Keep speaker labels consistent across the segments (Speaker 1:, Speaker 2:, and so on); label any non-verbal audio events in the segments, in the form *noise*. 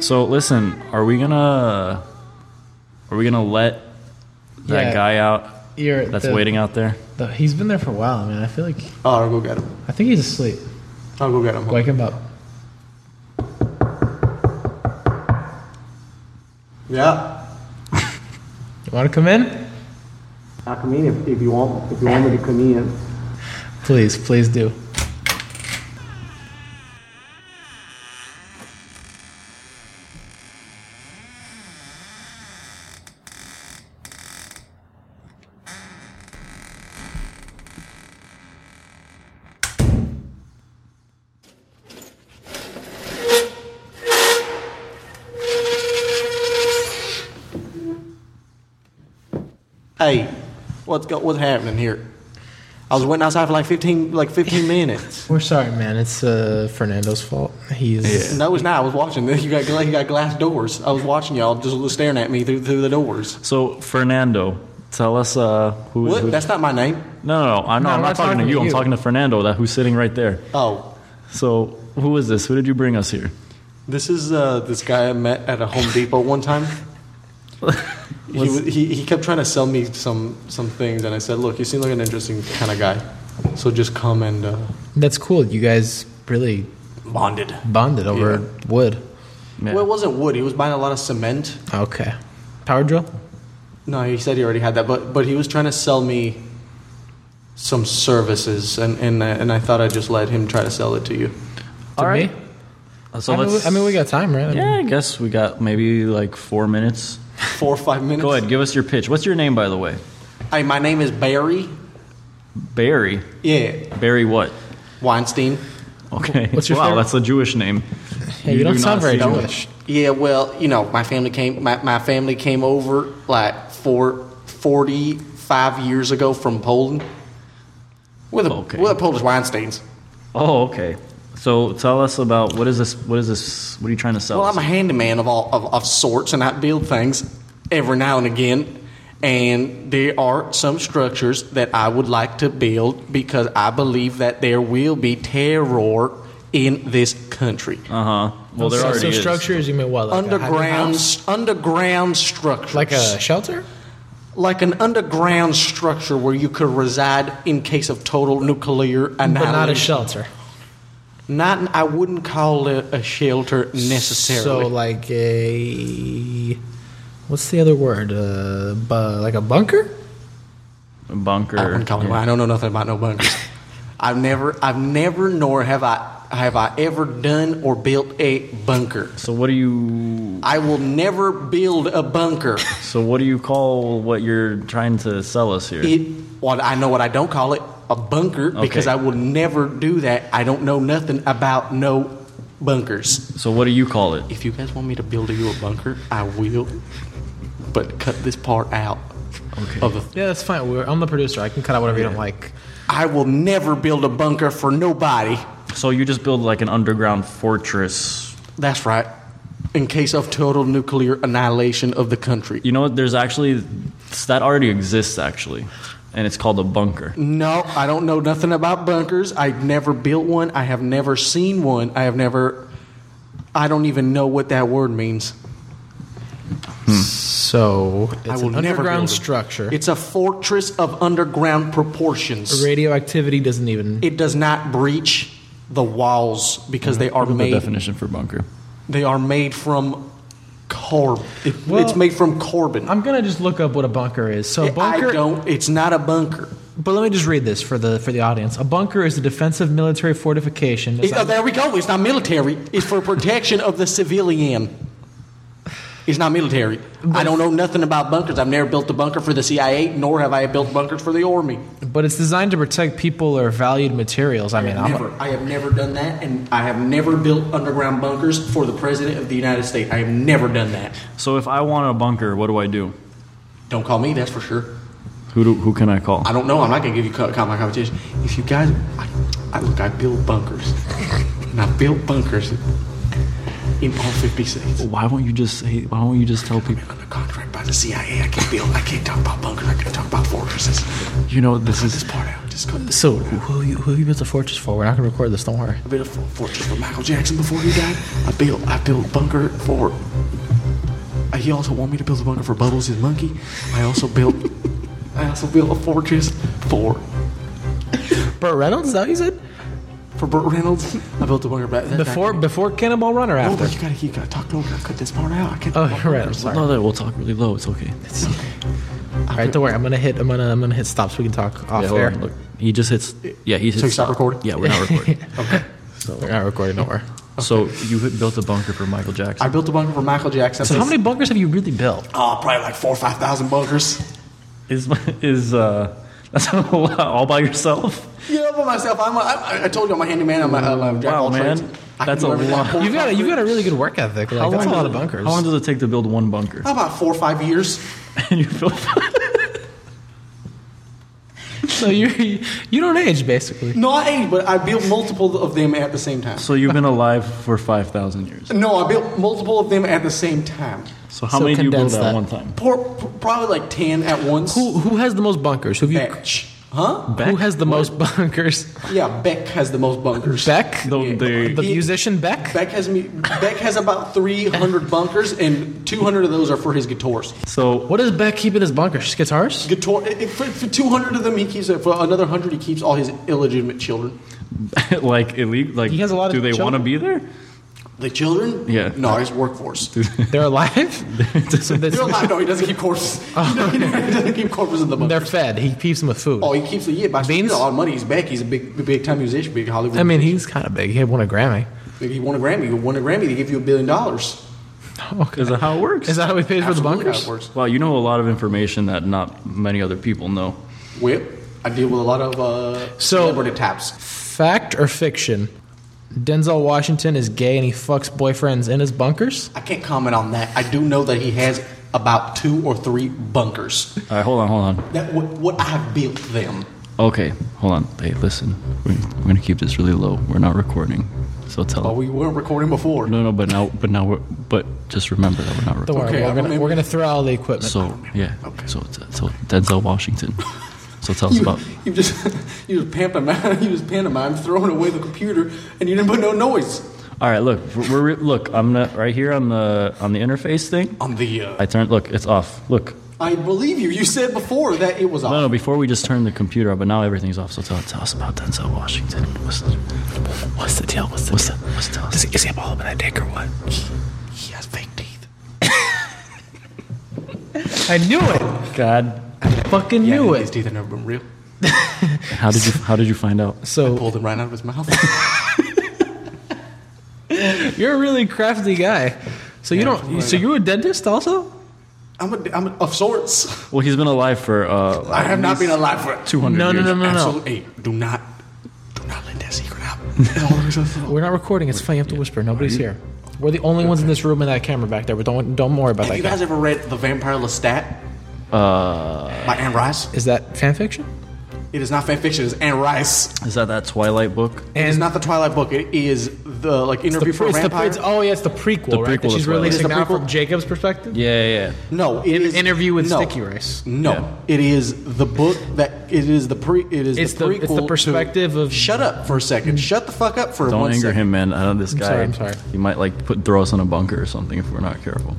Speaker 1: So listen, are we gonna are we gonna let that
Speaker 2: Yeah.
Speaker 1: guy out
Speaker 2: You're
Speaker 1: that's
Speaker 2: the-
Speaker 1: waiting out there?
Speaker 2: the- he's been there for a while. Man, I feel like
Speaker 3: Oh, I'll go get him.
Speaker 2: I think he's asleep.
Speaker 3: I'll go get him.
Speaker 2: Wake him up.
Speaker 3: Yeah.
Speaker 2: You want to come in?
Speaker 4: I come in if, if you want if you want me to come in.
Speaker 2: Please, please do.
Speaker 3: Hey, what's go, what's happening here? I was waiting outside for like fifteen
Speaker 1: *laughs*
Speaker 3: like fifteen minutes.
Speaker 2: We're sorry, man. It's uh, Fernando's fault. He's
Speaker 3: No, it's not. I was watching. *laughs* this. You got gla- you got glass doors. I was watching y'all just staring at me through through the doors.
Speaker 1: So Fernando, tell us uh, who. who-
Speaker 3: What? That's not my name.
Speaker 1: no, no, no. I'm
Speaker 2: No,
Speaker 1: not, I'm not talking, to you. I'm talking to Fernando, that who's sitting right there.
Speaker 3: Oh,
Speaker 1: So who is this? Who did you bring us here?
Speaker 3: This is uh, this guy I met at a Home Depot
Speaker 1: *laughs*
Speaker 3: one time. he, wa- he he kept trying to sell me some some things, and I said, "Look, you seem like an interesting kind of guy, so just come and uh,
Speaker 2: that's cool. You guys really
Speaker 3: bonded."
Speaker 2: bonded over wood.
Speaker 1: Yeah.
Speaker 3: Well, it wasn't wood. He was buying a lot of cement.
Speaker 2: Okay. Power drill.
Speaker 3: No, he said he already had that, but but he was trying to sell me some services, and and uh, and I thought I'd just let him try to sell it to you.
Speaker 2: To
Speaker 1: All
Speaker 2: me.
Speaker 1: So
Speaker 2: I, mean, we,
Speaker 1: let's.
Speaker 2: I mean, we got time, right? I mean,
Speaker 1: yeah, I guess we got maybe like four minutes.
Speaker 3: Four or five minutes.
Speaker 1: Go ahead, give us your pitch. What's your name, by the way?
Speaker 3: Hey, my name is Barry.
Speaker 1: Barry.
Speaker 3: Yeah,
Speaker 1: Barry what?
Speaker 3: Weinstein.
Speaker 1: Okay.
Speaker 2: What's your
Speaker 1: wow,
Speaker 2: favorite-
Speaker 1: that's a Jewish name.
Speaker 2: Hey, you, don't
Speaker 1: do not
Speaker 2: sound very
Speaker 1: seem-
Speaker 2: Jewish.
Speaker 3: Yeah, well, you know, my family came my, my family came over like four, 45 years ago from Poland with a
Speaker 1: Okay.
Speaker 3: with a Polish Weinsteins.
Speaker 1: Oh, okay. So tell us about what is this? What is this? What are you trying to sell?
Speaker 3: Well,
Speaker 1: us?
Speaker 3: I'm a handyman of all of, of sorts, and I build things every now and again. And there are some structures that I would like to build because I believe that there will be terror in this country.
Speaker 1: Uh huh. Well, there
Speaker 2: so,
Speaker 1: already
Speaker 2: so
Speaker 1: is.
Speaker 2: structures. You mean what? Like a hiding
Speaker 3: underground,
Speaker 2: house?
Speaker 3: underground structures
Speaker 2: like a shelter.
Speaker 3: like an underground structure where you could reside in case of total nuclear
Speaker 2: But
Speaker 3: annihilation.
Speaker 2: not a shelter.
Speaker 3: Not- I wouldn't call it a shelter necessarily.
Speaker 2: So like a what's the other word? Uh, bu- like a bunker?
Speaker 1: Bunker.
Speaker 3: I wouldn't call it. I don't know nothing about no bunkers. I've never, I've never, nor have I, have I ever done or built a bunker.
Speaker 1: So what do you?
Speaker 3: I will never build a *laughs* bunker.
Speaker 1: So what do you call what you're trying to sell us here?
Speaker 3: It, well, I know what I don't call it a bunker because
Speaker 1: Okay.
Speaker 3: I will never do that. I don't know nothing about no bunkers.
Speaker 1: so what do you call it?
Speaker 3: If you guys want me to build you a bunker, I will. But cut this part out.
Speaker 1: Okay.
Speaker 3: Of the,
Speaker 2: Yeah, that's fine. We're, I'm the producer. I can cut out whatever you don't like.
Speaker 3: I will never build a bunker for nobody.
Speaker 1: So you just build like an underground fortress.
Speaker 3: That's right. In case of total nuclear annihilation of the country.
Speaker 1: You know what? There's actually that already exists actually, and it's called a bunker.
Speaker 3: No, I don't know nothing about bunkers. I've never built one. I have never seen one. I have never. I don't even know what that word means.
Speaker 2: So it's
Speaker 3: I will
Speaker 2: an
Speaker 3: never
Speaker 2: underground
Speaker 3: build it.
Speaker 2: structure.
Speaker 3: It's a fortress of underground proportions.
Speaker 2: Radioactivity doesn't even.
Speaker 3: It does not breach the walls because they are
Speaker 1: The
Speaker 3: made
Speaker 1: definition for bunker.
Speaker 3: They are made from corb. It,
Speaker 2: Well,
Speaker 3: it's made from carbon.
Speaker 2: I'm gonna just look up what a bunker is. So a bunker.
Speaker 3: I don't. It's not a bunker.
Speaker 2: But let me just read this for the for the audience. A bunker is a defensive military fortification.
Speaker 3: It- oh,
Speaker 2: designed-
Speaker 3: there we go. It's not military. It's for protection of the civilian. It's not military. I don't know nothing about bunkers. I've never built a bunker for the CIA, nor have I built bunkers for the army.
Speaker 2: But it's designed to protect people or valued materials. I mean, I'm,
Speaker 3: Never. I have never done that, and I have never built underground bunkers for the president of the United States. I have never done that.
Speaker 1: So if I want a bunker, what do I do?
Speaker 3: Don't call me. That's for sure.
Speaker 1: Who do, who can I call?
Speaker 3: I don't know. I'm not gonna give you co- co- my competition. If you guys, I, I look, I build bunkers, and I build bunkers, in all 50 states.
Speaker 1: Why won't you just say? Why won't you just tell people?
Speaker 3: I'm under contract by the CIA. I can't build. I can't talk about bunkers. I can't talk about fortresses.
Speaker 1: You know this
Speaker 3: This
Speaker 1: is.
Speaker 3: part out. Just cut this.
Speaker 2: So who you, who you built the fortress for? We're not gonna record this. Don't worry.
Speaker 3: I built a for- fortress for Michael Jackson before he died. I built. I built a bunker for. uh, He also wanted me to build a bunker for Bubbles his monkey. I also built. I also built a fortress for
Speaker 2: Burt Reynolds? Is that what you said?
Speaker 3: for Burt Reynolds. I built a bunker back that- that
Speaker 2: Before before Cannonball Run or
Speaker 3: Oh,
Speaker 2: after?
Speaker 3: but you gotta, you gotta talk over. I cut this part out. I can't.
Speaker 2: Oh,
Speaker 3: talk
Speaker 2: you're right.
Speaker 3: over.
Speaker 2: I'm sorry.
Speaker 1: No, that we'll talk really low. It's okay.
Speaker 2: All right, don't worry. I'm gonna hit. I'm gonna. I'm gonna hit stop so we can talk off
Speaker 1: Yeah, hold
Speaker 2: air.
Speaker 1: on, look. He just hits. Yeah, he hits.
Speaker 3: So you stop recording?
Speaker 1: Yeah, we're not recording.
Speaker 2: So we're not recording. Don't worry.
Speaker 1: So you had built a bunker for Michael Jackson.
Speaker 3: I built a bunker for Michael Jackson.
Speaker 2: So how many bunkers have you really built?
Speaker 3: Oh, probably like four or five thousand bunkers.
Speaker 1: is is uh *laughs* that's a lot all by yourself
Speaker 3: Yeah, by myself. I'm. A, I, I told you I'm a handyman. I'm a, I'm a jack of
Speaker 1: Wow,
Speaker 3: all trades.
Speaker 1: man.
Speaker 3: I can
Speaker 1: That's
Speaker 3: do
Speaker 1: a
Speaker 3: everything.
Speaker 1: lot.
Speaker 3: I pour
Speaker 2: You've got a, you've
Speaker 3: concrete.
Speaker 2: got a really good work ethic. Like, that's a lot of bunkers.
Speaker 1: how long does it take to build one bunker
Speaker 3: about four or five years.
Speaker 1: *laughs* and you *laughs* build
Speaker 2: *laughs* so you you don't age basically.
Speaker 3: No, I ate, but I built multiple of them at the same time.
Speaker 1: so you've been alive for 5000 years
Speaker 3: No, I built multiple of them at the same time.
Speaker 1: so how
Speaker 2: So
Speaker 1: many do you build
Speaker 2: condense
Speaker 1: at
Speaker 2: that.
Speaker 1: one time
Speaker 3: Pour, probably like ten at once.
Speaker 2: Who who has the most bunkers? Who have you?
Speaker 3: Beck. Huh?
Speaker 1: Beck?
Speaker 2: Who has the most bunkers?
Speaker 3: Yeah, Beck has the most bunkers.
Speaker 2: Beck,
Speaker 1: the,
Speaker 3: Yeah.
Speaker 1: the- *laughs*
Speaker 2: the
Speaker 3: he-
Speaker 2: musician Beck.
Speaker 3: Beck has me. Beck has about three hundred bunkers, and two hundred of those are for his guitars.
Speaker 1: so *laughs*
Speaker 2: What does Beck keep in his bunker? Just guitars?
Speaker 3: Guitar i- i- for, for two hundred of them, he keeps it. For another hundred, he keeps all his illegitimate children.
Speaker 1: like illegal like
Speaker 2: He has a lot of
Speaker 1: do they
Speaker 2: children.
Speaker 1: want to be there
Speaker 3: The children?
Speaker 1: Yeah.
Speaker 3: No, his workforce.
Speaker 2: They're *laughs* alive. so
Speaker 3: You
Speaker 2: that's-
Speaker 3: don't lie. *laughs* No, he doesn't keep corpses. He doesn't- he doesn't keep corpses in the
Speaker 2: *laughs* they're
Speaker 3: bunker.
Speaker 2: fed. He keeps them with food.
Speaker 3: Oh, he keeps the yeah. By spending
Speaker 2: Beans?
Speaker 3: a lot of money, he's back. He's a big, big time musician, big Hollywood.
Speaker 2: I mean, he's kind of big. He had won a Grammy.
Speaker 3: If you won a Grammy, you won a Grammy. They give you a billion dollars.
Speaker 2: Okay.
Speaker 1: is that how it works
Speaker 2: Is that how we paid for the
Speaker 3: Absolutely how
Speaker 2: bunkers?
Speaker 3: it works.
Speaker 1: wow you know a lot of information that not many other people know
Speaker 3: Well, I deal with a lot of uh,
Speaker 2: So-
Speaker 3: celebrity taps.
Speaker 2: Fact or fiction? Denzel Washington is gay and he fucks boyfriends in his bunkers.
Speaker 3: I can't comment on that. I do know that he has about two or three bunkers.
Speaker 1: all right hold on hold on
Speaker 3: That what, what I have built them.
Speaker 1: Okay, hold on. Hey, listen. We're, we're gonna keep this really low. We're not recording, so tell.
Speaker 3: Well, we weren't recording before.
Speaker 1: no, no, but now, but now, we're, but just remember that we're not
Speaker 2: Don't
Speaker 1: recording.
Speaker 2: worry,
Speaker 3: Okay,
Speaker 2: we're
Speaker 3: I
Speaker 2: gonna
Speaker 3: remember.
Speaker 2: we're gonna throw out all the equipment.
Speaker 1: So yeah. So it's- so Denzel Washington. *laughs* So tell us
Speaker 3: You,
Speaker 1: about.
Speaker 3: you just *laughs* you just pantomime, *laughs* you just pantomime, throwing away the computer, and you didn't put no noise
Speaker 1: All right, look. We're, we're look. I'm not right here on the on the interface thing.
Speaker 3: on the. Uh,
Speaker 1: I turned. Look, it's off. Look.
Speaker 3: I believe you. You said before that it was
Speaker 1: No,
Speaker 3: off.
Speaker 1: no. Before we just turned the computer off, but now everything's off. So tell, tell us about Denzel Washington. What's the,
Speaker 2: what's the deal? What's the
Speaker 1: what's the, what's the,
Speaker 2: Is he, is he a ball of that dick or what?
Speaker 3: He has fake teeth.
Speaker 2: I knew it.
Speaker 1: God,
Speaker 2: Fucking
Speaker 3: Yeah,
Speaker 2: knew
Speaker 3: his
Speaker 2: it.
Speaker 3: teeth have never been real.
Speaker 1: how did you how did you find out?
Speaker 2: So
Speaker 3: Pulled them right out of his mouth.
Speaker 2: you're a really crafty guy. So you don't. So you're a dentist also?
Speaker 3: I'm a, I'm a, of sorts.
Speaker 1: Well, he's been alive for uh,
Speaker 3: I have not been alive for two.
Speaker 1: 200
Speaker 2: No, no,
Speaker 1: years.
Speaker 2: no, no, no.
Speaker 3: Absolutely, do not, do not let that secret out. *laughs* Don't-
Speaker 2: We're not recording. It's fine. You have to whisper. Nobody's here. We're the only ones in this room and that camera back there. But don't don't worry about
Speaker 3: have
Speaker 2: that.
Speaker 3: you
Speaker 2: guy.
Speaker 3: guys ever read *The Vampire Lestat*
Speaker 1: Uh,
Speaker 3: by Anne Rice?
Speaker 2: Is that fan fiction?
Speaker 3: It is not fan fiction. It's Anne Rice.
Speaker 1: is that that Twilight book?
Speaker 3: It's
Speaker 2: And
Speaker 3: not the Twilight book. It is the like
Speaker 2: it's
Speaker 3: interview
Speaker 2: the,
Speaker 3: for a
Speaker 2: it's the-
Speaker 3: vampire.
Speaker 2: it's- oh yeah, it's the prequel.
Speaker 1: The
Speaker 2: right? That
Speaker 1: prequel
Speaker 2: she's
Speaker 1: as well.
Speaker 2: releasing
Speaker 3: It's the
Speaker 2: now
Speaker 3: prequel.
Speaker 2: from Jacob's perspective.
Speaker 1: Yeah, yeah.
Speaker 3: no, it is
Speaker 2: interview with
Speaker 3: no,
Speaker 2: Sticky Rice.
Speaker 3: No,
Speaker 1: Yeah.
Speaker 3: it is the book that it is the pre. It is
Speaker 2: It's
Speaker 3: the
Speaker 2: the- it's the
Speaker 3: prequel to-
Speaker 2: perspective of-
Speaker 3: Shut up for a second. Shut the fuck up for
Speaker 1: Don't
Speaker 3: one
Speaker 1: anger
Speaker 3: second.
Speaker 1: him, man. I know this guy.
Speaker 2: sorry, I'm sorry.
Speaker 1: He might like put throw us in a bunker or something if we're not careful.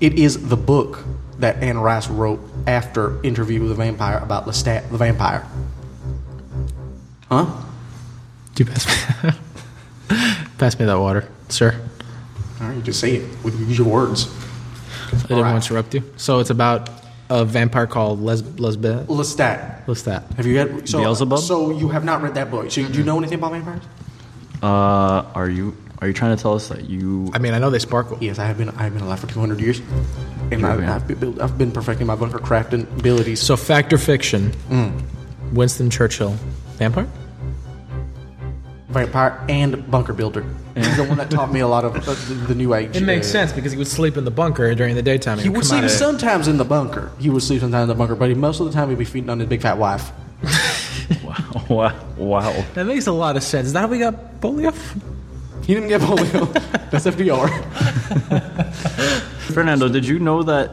Speaker 3: It is the book that Anne Rice wrote after Interview with a Vampire about Lestat the vampire. Huh?
Speaker 2: Do pass me, *laughs* pass me that water, sir.
Speaker 3: All right, you just say it. We use your words.
Speaker 2: I didn't
Speaker 3: Alright.
Speaker 2: want to interrupt you. So it's about a vampire called Les Lesbeth.
Speaker 3: Lestat.
Speaker 2: What's that?
Speaker 3: Have you had so,
Speaker 1: Beelzebub?
Speaker 3: So you have not read that book. So you, do you know anything about vampires?
Speaker 1: Uh, are you are you trying to tell us that you?
Speaker 2: I mean, I know they sparkle.
Speaker 3: Yes, I have been. I have been alive for two hundred years, and
Speaker 1: You're a
Speaker 3: I've,
Speaker 1: vamp.
Speaker 3: I've, been, build- I've been perfecting my bunker crafting abilities.
Speaker 2: So fact or fiction? Winston Churchill, vampire.
Speaker 3: vampire and bunker builder. He's the one that taught me a lot of uh, the, the new age.
Speaker 2: It makes
Speaker 3: uh,
Speaker 2: sense because he would sleep in the bunker during the daytime.
Speaker 3: He would
Speaker 2: come out
Speaker 3: sleep
Speaker 2: at-
Speaker 3: sometimes in the bunker. He would sleep sometimes in the bunker, but he, most of the time he'd be feeding on his big fat wife.
Speaker 1: *laughs* wow, wow, wow.
Speaker 2: That makes a lot of sense. Is that how we got polio?
Speaker 3: He didn't get polio.
Speaker 2: *laughs*
Speaker 3: That's FDR.
Speaker 1: Fernando, did you know that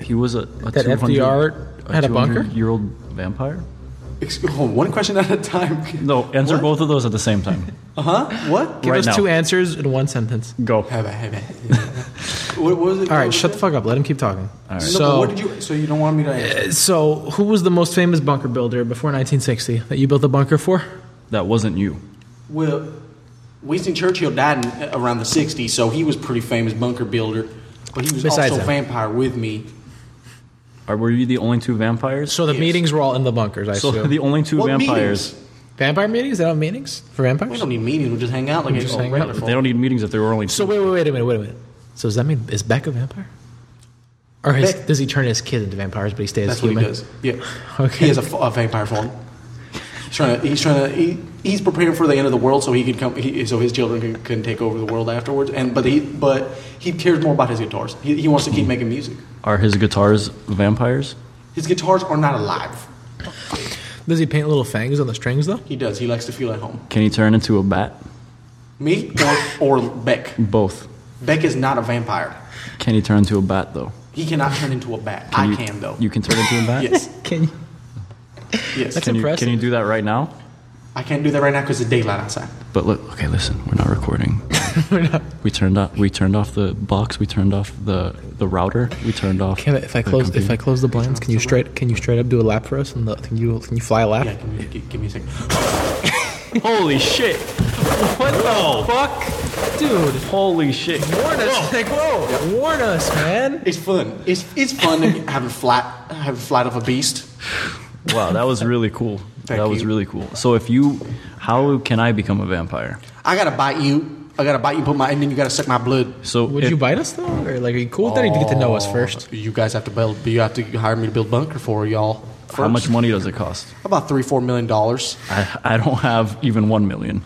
Speaker 1: he was a, a
Speaker 2: That
Speaker 1: 200
Speaker 2: FDR had a bunker?
Speaker 1: year old vampire?
Speaker 3: Excuse, hold on, one question at a time.
Speaker 1: No, answer both of those at the same time.
Speaker 3: Uh huh. What?
Speaker 2: Give
Speaker 1: right
Speaker 2: us
Speaker 1: now.
Speaker 2: two answers in one sentence.
Speaker 1: Go.
Speaker 3: Have a, have a. What what was it?
Speaker 2: All right, shut the fuck up. Let him keep talking.
Speaker 1: right.
Speaker 3: No, but
Speaker 2: So,
Speaker 3: what did you? So you don't want me to? Answer?
Speaker 2: so who was the most famous bunker builder before 1960 that you built a bunker for?
Speaker 1: That wasn't you.
Speaker 3: Well, Winston Churchill died in, uh, around the '60s, so he was a pretty famous bunker builder. But he was
Speaker 2: Besides
Speaker 3: also a
Speaker 2: him.
Speaker 3: vampire with me.
Speaker 1: Are, were you the only two vampires?
Speaker 2: So the
Speaker 3: Yes.
Speaker 2: meetings were all in the bunkers, I
Speaker 1: So *laughs*
Speaker 2: assume.
Speaker 1: the only two
Speaker 3: What
Speaker 1: vampires.
Speaker 3: meetings?
Speaker 2: Vampire meetings? They don't have meetings for vampires?
Speaker 3: We don't need meetings. We just hang out like
Speaker 2: just
Speaker 3: a
Speaker 2: hang
Speaker 3: regular
Speaker 1: They
Speaker 3: folk.
Speaker 1: don't need meetings if there were only two.
Speaker 2: So wait, wait, wait a minute, wait a minute. So does that mean is Beck a vampire? Or his,
Speaker 3: Beck-
Speaker 2: does he turn his kids into vampires, but he stays
Speaker 3: That's what he
Speaker 2: human?
Speaker 3: does. Yeah.
Speaker 2: Okay.
Speaker 3: He has a, f- a vampire form. He's trying to. He's trying to. He, he's preparing for the end of the world, so he could come. He, so his children can, can take over the world afterwards. And but he but he cares more about his guitars. He, he wants to keep making music.
Speaker 1: Are his guitars vampires?
Speaker 3: His guitars are not alive.
Speaker 2: Does he paint little fangs on the strings though?
Speaker 3: He does. He likes to feel at home.
Speaker 1: Can he turn into a bat?
Speaker 3: Me or, or Beck.
Speaker 1: Both.
Speaker 3: Beck is not a vampire.
Speaker 1: Can he turn into a bat though?
Speaker 3: He cannot turn into a bat. I
Speaker 1: you,
Speaker 3: can though.
Speaker 1: You can turn into a bat.
Speaker 3: yes,
Speaker 2: Can you?
Speaker 3: yes.
Speaker 2: That's
Speaker 1: Can you,
Speaker 2: impressive.
Speaker 1: can you do that right now?
Speaker 3: I can't do that right now because it's daylight outside.
Speaker 1: But look, okay, listen, we're not
Speaker 2: *laughs*
Speaker 1: recording. We turned off. We turned off the box. We turned off the the router. We turned off.
Speaker 2: Can I, if I
Speaker 1: the
Speaker 2: close if
Speaker 1: computer.
Speaker 2: I close the blinds, can you straight can you straight up do a lap for us? And the, can you can you fly a lap?
Speaker 3: Yeah, give me, give, give me a second.
Speaker 1: *laughs* Holy shit! What the fuck?
Speaker 2: Dude,
Speaker 1: Holy shit!
Speaker 2: warn us, *laughs* like whoa, warn us, man.
Speaker 3: It's fun. It's it's fun to have a flight have a flight of a beast.
Speaker 1: Wow, that was really cool.
Speaker 3: Thank
Speaker 1: that was
Speaker 3: you.
Speaker 1: really cool. So if you, how can I become a vampire?
Speaker 3: I gotta bite you. I gotta bite you. Put my and then you gotta suck my blood.
Speaker 1: So
Speaker 2: Would
Speaker 1: if-
Speaker 2: you bite us though, or like are you cool with that? Or you get to know us first.
Speaker 3: You guys have to build. You have to hire me to build bunker for y'all.
Speaker 1: How
Speaker 3: first.
Speaker 1: much money does it cost?
Speaker 3: About three four million dollars.
Speaker 1: I, I don't have even one million.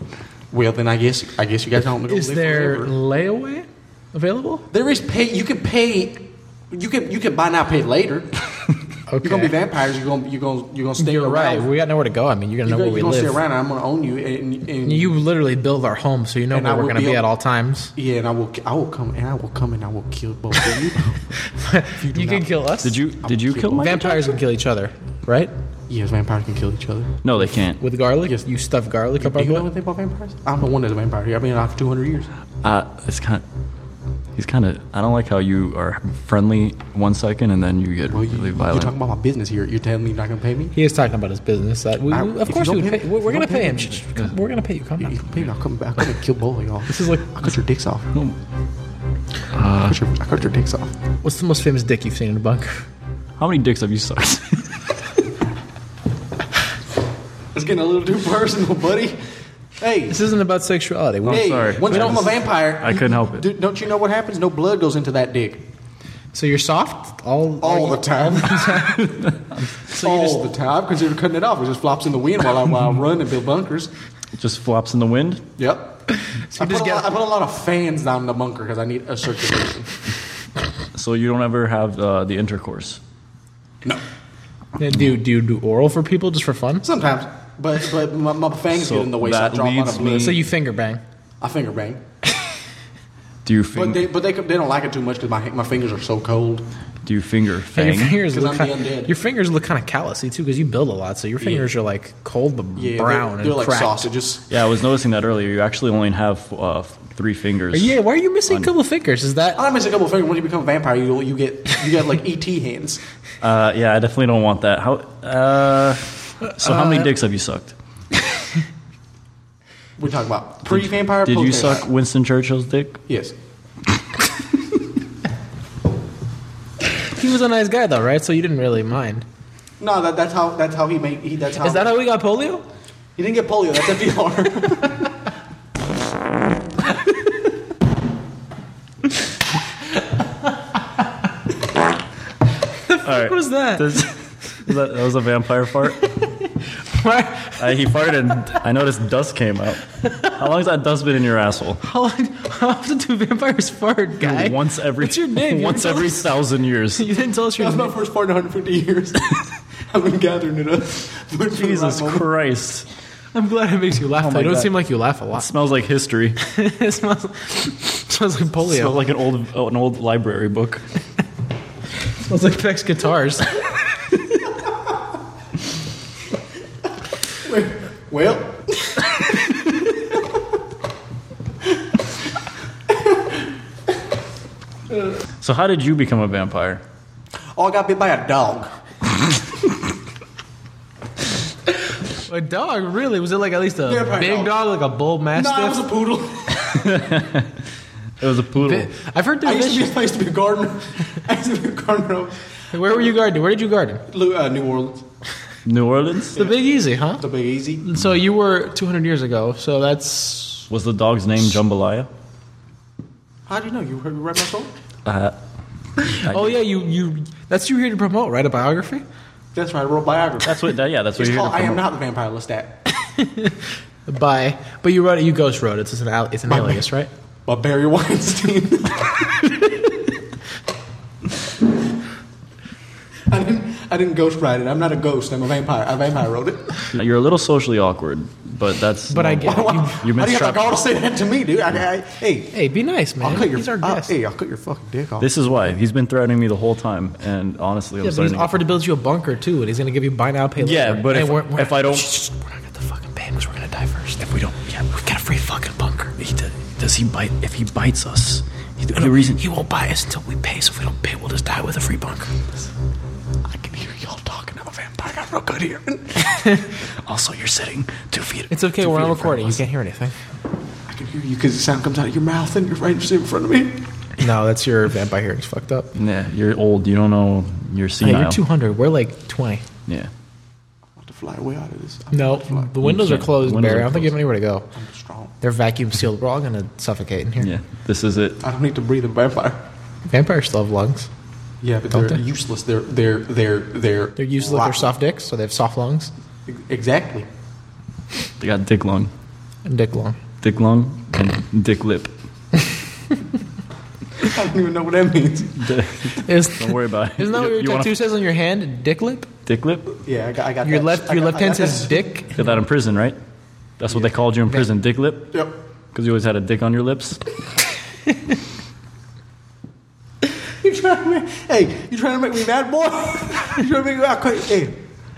Speaker 3: Well, then I guess I guess you guys don't.
Speaker 2: Is
Speaker 3: live
Speaker 2: there
Speaker 3: forever.
Speaker 2: layaway available?
Speaker 3: There is pay. You can pay. You can you can buy now pay later. You're gonna
Speaker 2: Okay.
Speaker 3: be vampires. You're gonna you're gonna you're gonna stay
Speaker 2: You're right.
Speaker 3: around.
Speaker 2: We got nowhere to go. I mean, you're gonna
Speaker 3: You're,
Speaker 2: know
Speaker 3: gonna,
Speaker 2: where we
Speaker 3: you're gonna stay
Speaker 2: live.
Speaker 3: around. and I'm gonna own you. And, and
Speaker 2: You literally build our home, so you know
Speaker 3: And I
Speaker 2: where we're
Speaker 3: would
Speaker 2: gonna
Speaker 3: be
Speaker 2: be
Speaker 3: a-
Speaker 2: at all times.
Speaker 3: Yeah, and I will. I will come. And I will come. And I will kill both
Speaker 2: *laughs*
Speaker 3: of you. If do
Speaker 2: You can
Speaker 3: not-
Speaker 2: kill us.
Speaker 1: Did you did you kill my
Speaker 2: Vampires can kill each other, right?
Speaker 3: Yes, vampires can kill each other.
Speaker 1: No, they can't.
Speaker 2: With garlic,
Speaker 3: Yes.
Speaker 2: you stuff garlic up
Speaker 3: Do
Speaker 2: our
Speaker 3: you know
Speaker 2: butt.
Speaker 3: what they about vampires? I'm the one that's a vampire. here. I've been around for 200 years.
Speaker 1: Uh, it's kind. He's kind of. I don't like how you are friendly one second and then you get
Speaker 3: Well, you,
Speaker 1: really
Speaker 3: you're
Speaker 1: violent.
Speaker 3: talking about my business here. You're telling me you're not gonna pay me?
Speaker 2: He is talking about his business. That we,
Speaker 3: I-
Speaker 2: of
Speaker 3: if you
Speaker 2: course,
Speaker 3: don't
Speaker 2: we would
Speaker 3: pay-
Speaker 2: pay, we're,
Speaker 3: if
Speaker 2: we're
Speaker 3: you
Speaker 2: gonna
Speaker 3: don't pay
Speaker 2: pay him.
Speaker 3: me-
Speaker 2: Shh, shh, shh, We're gonna pay you. Calm
Speaker 3: You you
Speaker 2: down.
Speaker 3: can pay me. I'll come back. I'm gonna kill both of y'all.
Speaker 2: This is like
Speaker 3: I cut your dicks off. No.
Speaker 1: Uh,
Speaker 3: I, cut your, I cut your dicks off.
Speaker 2: what's the most famous dick you've seen in a
Speaker 3: *laughs*
Speaker 2: bunker?
Speaker 1: how many dicks have you sucked?
Speaker 3: It's getting a little too personal, buddy. Hey,
Speaker 2: This isn't about sexuality. We're-
Speaker 3: hey,
Speaker 1: sorry.
Speaker 3: once
Speaker 1: I
Speaker 3: you become a
Speaker 1: just-
Speaker 3: vampire,
Speaker 1: I couldn't help it.
Speaker 3: Do, don't you know what happens? No blood goes into that dick
Speaker 2: So you're soft all
Speaker 3: all the
Speaker 1: *laughs*
Speaker 3: time. *laughs* all the time, because you're cutting it off. It just flops in the wind while I, while I run and build bunkers.
Speaker 1: It *laughs* just flops in the wind.
Speaker 3: Yep. I, put
Speaker 2: just
Speaker 3: a
Speaker 2: get-
Speaker 3: lot, I put a lot of fans down in the bunker because I need a circulation.
Speaker 1: So you don't ever have uh, the intercourse.
Speaker 3: no,
Speaker 2: Yeah, Do you, do you do oral for people just for fun?
Speaker 3: sometimes, but but my, my fangs
Speaker 1: So
Speaker 3: get in the way, so I
Speaker 1: that
Speaker 3: drop a lot
Speaker 1: leads
Speaker 3: of blood.
Speaker 1: me-
Speaker 2: So you finger bang.
Speaker 3: I finger bang,
Speaker 1: Do you
Speaker 3: but
Speaker 1: finger?
Speaker 3: they but they, they don't like it too much because my my fingers are so cold.
Speaker 1: do you finger
Speaker 2: And
Speaker 1: fang?
Speaker 2: your fingers
Speaker 3: 'Cause
Speaker 2: look
Speaker 3: I'm the
Speaker 2: kind
Speaker 3: undead.
Speaker 2: your fingers look kind of callousy too because you build a lot. So your fingers are like cold but
Speaker 3: Yeah,
Speaker 2: brown
Speaker 3: they're, they're
Speaker 2: and
Speaker 3: like
Speaker 2: cracked.
Speaker 3: sausages.
Speaker 1: yeah, I was noticing that earlier. You actually only have uh, f- three fingers.
Speaker 2: Yeah, why are you missing a couple of fingers? Is that oh,
Speaker 3: I miss a couple of fingers. When you become a vampire, you you get you get like ET hands.
Speaker 1: Uh, yeah, I definitely don't want that. How? Uh, so how
Speaker 2: Uh,
Speaker 1: many dicks have you sucked?
Speaker 3: We're talking about pre-vampire.
Speaker 1: Did you
Speaker 3: post-vampire.
Speaker 1: suck Winston Churchill's dick?
Speaker 3: Yes.
Speaker 2: he was a nice guy though, right? So you didn't really mind.
Speaker 3: No, that, that's how that's how he made. He, that's how
Speaker 2: Is that how we got polio?
Speaker 3: he didn't get polio? That's E *laughs* FDR.
Speaker 1: All right.
Speaker 2: What was that?
Speaker 1: Does- that, that was a vampire fart.
Speaker 2: Why-
Speaker 1: Uh, he farted and I noticed dust came out. How long's that dust been in your asshole?
Speaker 2: How, long, how often do vampires fart, guy?
Speaker 1: Once every
Speaker 2: What's your name?
Speaker 1: *laughs*
Speaker 2: You
Speaker 1: once
Speaker 2: didn't
Speaker 1: every
Speaker 2: tell
Speaker 1: thousand
Speaker 2: *laughs*
Speaker 1: years.
Speaker 2: us- You didn't tell us your
Speaker 3: *laughs* That's my
Speaker 2: name.
Speaker 3: first *laughs* part in 150 years. I've been gathering it up.
Speaker 1: Jesus Christ.
Speaker 2: I'm glad it makes you laugh.
Speaker 1: Oh
Speaker 2: though.
Speaker 1: my
Speaker 2: you don't
Speaker 1: God.
Speaker 2: seem like you laugh a
Speaker 5: It
Speaker 1: *laughs*
Speaker 2: lot.
Speaker 5: smells
Speaker 2: *laughs*
Speaker 5: like history.
Speaker 2: it smells, smells like polio.
Speaker 5: smells like an old oh, an old library book.
Speaker 2: smells like Pex guitars.
Speaker 3: *laughs*
Speaker 2: *laughs*
Speaker 3: Well,
Speaker 1: So how did you become a vampire?
Speaker 3: oh, I got bit by a dog.
Speaker 2: a dog, really? Was it like at least a
Speaker 3: Vampire
Speaker 2: big
Speaker 3: dog.
Speaker 2: dog. like a bull mastiff?
Speaker 3: Nah, it was *laughs* a poodle.
Speaker 1: It was a poodle.
Speaker 2: Bi- I've heard
Speaker 3: I used, to
Speaker 2: this.
Speaker 3: be, *laughs* I used to be a gardener. I used to be a gardener of
Speaker 2: Where were you gardening? Where did you garden?
Speaker 3: Lu- uh, New Orleans.
Speaker 1: New Orleans?
Speaker 2: The Big Easy, huh?
Speaker 3: The Big Easy.
Speaker 2: So you were 200 years ago. So that's
Speaker 1: Was the dog's name Jambalaya?
Speaker 3: How do you know? You heard you read my song?
Speaker 5: Uh,
Speaker 2: oh yeah, you you that's you here to promote, right? A biography.
Speaker 3: That's right, I wrote biography.
Speaker 1: That's what. That, yeah, that's what
Speaker 3: it's
Speaker 1: you're here
Speaker 3: called
Speaker 1: to
Speaker 3: I Am
Speaker 1: promote.
Speaker 3: Not the Vampire List app.
Speaker 2: By but you wrote it. You ghost wrote it. so It's an al- it's an alias, right?
Speaker 3: By Barry *laughs* Weinstein. I didn't, I didn't ghost write it. I'm not a ghost. I'm a vampire. A vampire wrote
Speaker 1: *laughs*
Speaker 3: it.
Speaker 1: You're a little socially awkward, but that's.
Speaker 2: But I get it. You-
Speaker 1: You
Speaker 3: How do you have
Speaker 1: mistrapped-
Speaker 3: the gall to say that to me, dude? I, I, hey,
Speaker 2: hey, be nice, man.
Speaker 3: I'll cut your,
Speaker 2: he's our
Speaker 3: I'll-
Speaker 2: guest.
Speaker 3: hey, I'll cut your fucking dick off.
Speaker 1: This is why he's been threatening me the whole time, and honestly, I'm
Speaker 2: yeah, but
Speaker 1: starting.
Speaker 2: he's
Speaker 1: to-
Speaker 2: offered to build you a bunker too, and he's gonna give you buy now pay later.
Speaker 1: yeah, but
Speaker 2: Hey,
Speaker 1: if,
Speaker 2: we're- we're-
Speaker 1: if I don't,
Speaker 2: we're not gonna fucking pay him because we're gonna die first. If we don't, yeah, we've got a free fucking bunker.
Speaker 5: he d- does he bite? If he bites us, he, the reason
Speaker 2: He won't buy us until we pay. So if we don't pay, we'll just die with a free bunker.
Speaker 5: I can hear y'all talking. I'm a vampire. I'm real good here.
Speaker 2: *laughs*
Speaker 5: also, you're sitting two feet.
Speaker 2: It's okay.
Speaker 5: two
Speaker 2: We're
Speaker 5: feet
Speaker 2: on
Speaker 5: in front of
Speaker 2: recording. You
Speaker 5: us.
Speaker 2: can't hear anything.
Speaker 3: I can hear you because the sound comes out of your mouth and you're right in front of me.
Speaker 2: *laughs* No, that's your vampire hearing's fucked up.
Speaker 1: nah, you're old. You don't know. You're senile.
Speaker 2: Yeah, you're 200. We're like 20.
Speaker 1: yeah.
Speaker 3: I have to fly away out of this. I'm
Speaker 2: No, the windows are
Speaker 1: can't.
Speaker 2: closed,
Speaker 1: The windows
Speaker 2: Barry.
Speaker 1: are
Speaker 2: I don't think you have anywhere to go.
Speaker 3: strong.
Speaker 2: They're vacuum sealed. We're all gonna suffocate in here.
Speaker 1: Yeah. This is it.
Speaker 3: I don't need to breathe a vampire.
Speaker 2: Vampires still have lungs.
Speaker 3: Yeah, but
Speaker 2: Don't
Speaker 3: they're
Speaker 2: they?
Speaker 3: useless. They're they're they're they're
Speaker 2: They're usually they're soft dicks, so they have soft lungs
Speaker 3: Exactly.
Speaker 1: They got dick lung,
Speaker 2: and dick lung.
Speaker 1: dick lung, and dick lip.
Speaker 3: *laughs*
Speaker 1: *laughs*
Speaker 3: I don't even know what that means.
Speaker 2: *laughs* Is,
Speaker 1: Don't worry about it.
Speaker 2: Isn't that
Speaker 1: You-
Speaker 2: what your
Speaker 1: you wanna-
Speaker 2: tattoo says on your hand? Dick lip.
Speaker 1: Dick lip.
Speaker 3: Yeah, I got. I got
Speaker 2: Your
Speaker 3: that.
Speaker 2: left
Speaker 3: I
Speaker 2: your
Speaker 3: got-
Speaker 2: left
Speaker 3: I got
Speaker 2: hand says
Speaker 3: that.
Speaker 2: dick.
Speaker 1: Got that in prison, right? That's what they called you in prison, dick lip,
Speaker 3: Yep.
Speaker 1: because you always had a dick on your lips.
Speaker 3: You trying to make? Hey, you trying to make me mad, boy? *laughs* you trying to make me? I'll cut. Hey,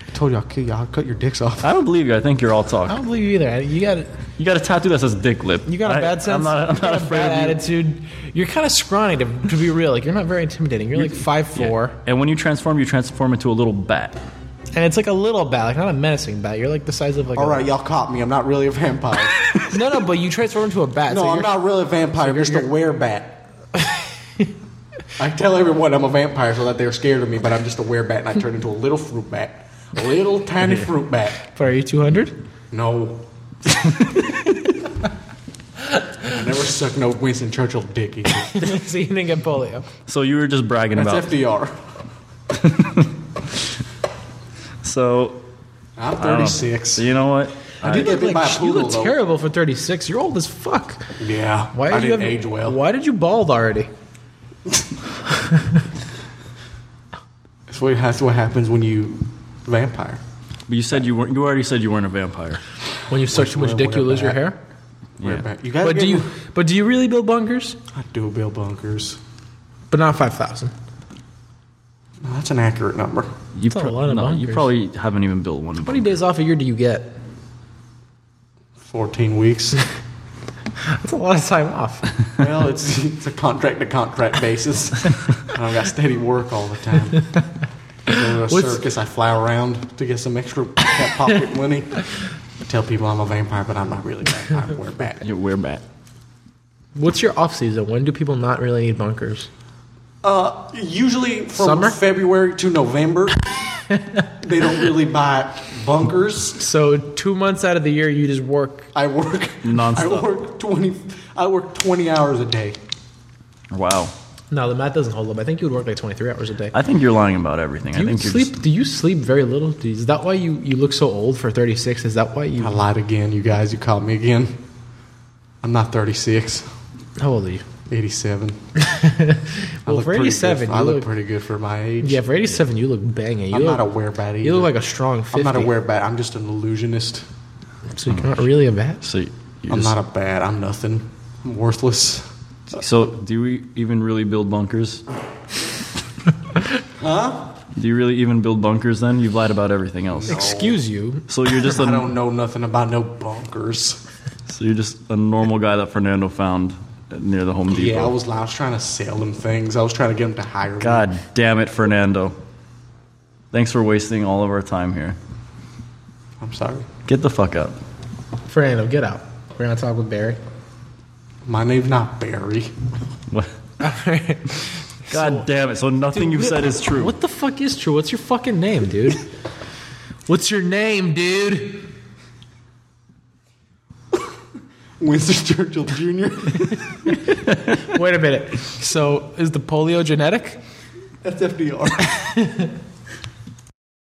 Speaker 3: I told you I'll kill you. I'll cut your dicks off.
Speaker 1: I don't believe you. I think you're all
Speaker 2: I
Speaker 1: talk.
Speaker 2: don't believe you either. You got
Speaker 1: You got a tattoo that says dick lip.
Speaker 2: you got a
Speaker 1: I-
Speaker 2: bad sense.
Speaker 1: I'm not, I'm
Speaker 2: you
Speaker 1: not
Speaker 2: got a
Speaker 1: afraid
Speaker 2: bad
Speaker 1: of you.
Speaker 2: attitude. You're kind of scrawny to, to be real. Like you're not very intimidating. You're, like five
Speaker 1: Yeah.
Speaker 2: four,
Speaker 1: And when you transform, you transform into a little bat.
Speaker 2: and it's like a little bat, like not a menacing bat. You're like the size of like.
Speaker 3: All
Speaker 2: a,
Speaker 3: right, y'all caught me. I'm not really a vampire.
Speaker 2: No, no, but you transform into a bat.
Speaker 3: no,
Speaker 2: so
Speaker 3: I'm
Speaker 2: you're-
Speaker 3: not really a vampire, Mister Werebat. I tell everyone I'm a vampire so that they're scared of me, but I'm just a werebat and I turn into a little fruit bat, a little
Speaker 2: *laughs*
Speaker 3: tiny fruit bat.
Speaker 2: But are you 200?
Speaker 3: No. I never sucked no Winston Churchill dick either.
Speaker 2: *laughs* so you didn't get polio.
Speaker 1: So you were just bragging
Speaker 3: That's
Speaker 1: about.
Speaker 3: FDR.
Speaker 1: so
Speaker 3: I'm
Speaker 1: I don't know.
Speaker 3: 36.
Speaker 1: You know what? I-
Speaker 3: did get bit by a
Speaker 2: you
Speaker 3: poodle,
Speaker 2: look
Speaker 3: though.
Speaker 2: terrible for 36. You're old as fuck.
Speaker 3: Yeah.
Speaker 2: Why did
Speaker 3: I
Speaker 2: you
Speaker 3: didn't
Speaker 2: have-
Speaker 3: age well.
Speaker 2: Why did you bald already?
Speaker 3: That's, what, that's what happens when you vampire.
Speaker 1: but you said you weren't. You already said you weren't a vampire.
Speaker 2: When you suck too much
Speaker 3: Well,
Speaker 2: dick, you
Speaker 3: whatever
Speaker 2: lose your
Speaker 3: that-
Speaker 2: hair.
Speaker 3: Werebat. You gotta
Speaker 2: But
Speaker 3: get
Speaker 2: do you?
Speaker 3: one-
Speaker 2: But do you really build bunkers?
Speaker 3: I do Bill Bunkers.
Speaker 2: But not 5,000.
Speaker 3: No, that's an accurate number.
Speaker 1: You,
Speaker 2: That's a lot of
Speaker 1: no, you
Speaker 2: bunkers.
Speaker 1: probably haven't even built one.
Speaker 2: How many days off a year do you get?
Speaker 3: 14 weeks. *laughs*
Speaker 2: That's a lot of time off.
Speaker 3: well, it's, it's a contract to contract basis. and I've got steady work all the time. Go to a
Speaker 2: What's-
Speaker 3: circus, I fly around to get some extra pocket money. I tell people I'm a vampire, but I'm not really a vampire. We're back.
Speaker 1: You're we're bat.
Speaker 2: *laughs* What's your off season? When do people not really need bunkers?
Speaker 3: Uh, usually from
Speaker 2: Summer?
Speaker 3: February to November, they don't really buy bunkers.
Speaker 2: So two months out of the year, you just work.
Speaker 3: I work
Speaker 1: Nonstop.
Speaker 3: I work twenty. I work twenty hours a day.
Speaker 1: Wow.
Speaker 2: No, the math doesn't hold up. I think you would work like 23 hours a day.
Speaker 1: I think you're lying about everything. I
Speaker 2: Do you
Speaker 1: think you're
Speaker 2: sleep?
Speaker 1: just-
Speaker 2: Do you sleep very little? Do- Is that why you, you look so old for 36? Is that why you?
Speaker 3: I lied again, you guys. You caught me again. I'm not 36,
Speaker 2: How old are you?
Speaker 3: 87. I
Speaker 2: Well,
Speaker 3: look
Speaker 2: for
Speaker 3: pretty
Speaker 2: 87,
Speaker 3: good.
Speaker 2: you
Speaker 3: I look
Speaker 2: look-
Speaker 3: pretty good for my age.
Speaker 2: Yeah, for 87, you look banging. You
Speaker 3: I'm
Speaker 2: look,
Speaker 3: not a Mm. werebat either.
Speaker 2: You look like a strong 50.
Speaker 3: I'm not a werebat. I'm just an illusionist.
Speaker 2: So you're not really a bat.
Speaker 1: So you
Speaker 3: I'm
Speaker 1: just-
Speaker 3: not a bat. I'm nothing. I'm worthless.
Speaker 1: So, do we even really build bunkers?
Speaker 3: *laughs*
Speaker 1: huh? Do you really even build bunkers then? You've lied about everything else.
Speaker 2: Excuse you.
Speaker 1: So you're
Speaker 3: *laughs*
Speaker 1: just
Speaker 3: I don't
Speaker 1: a
Speaker 3: know nothing about no bunkers.
Speaker 1: so you're just a normal guy that Fernando found near the Home Depot.
Speaker 3: Yeah, I was I was trying to sell them things. I was trying to get them to hire me.
Speaker 1: God damn it, Fernando. Thanks for wasting all of our time here.
Speaker 3: I'm sorry.
Speaker 1: Get the fuck
Speaker 3: *laughs*
Speaker 1: up. *laughs*
Speaker 2: Fernando, get out. We're gonna talk with Barry.
Speaker 3: My name's not Barry.
Speaker 1: What? God damn it. So nothing you've said is true.
Speaker 2: What the fuck is true? What's your fucking name, dude? What's your name, dude?
Speaker 3: Winston Churchill Jr.
Speaker 2: Wait a minute. So is the polio genetic?
Speaker 3: That's FDR.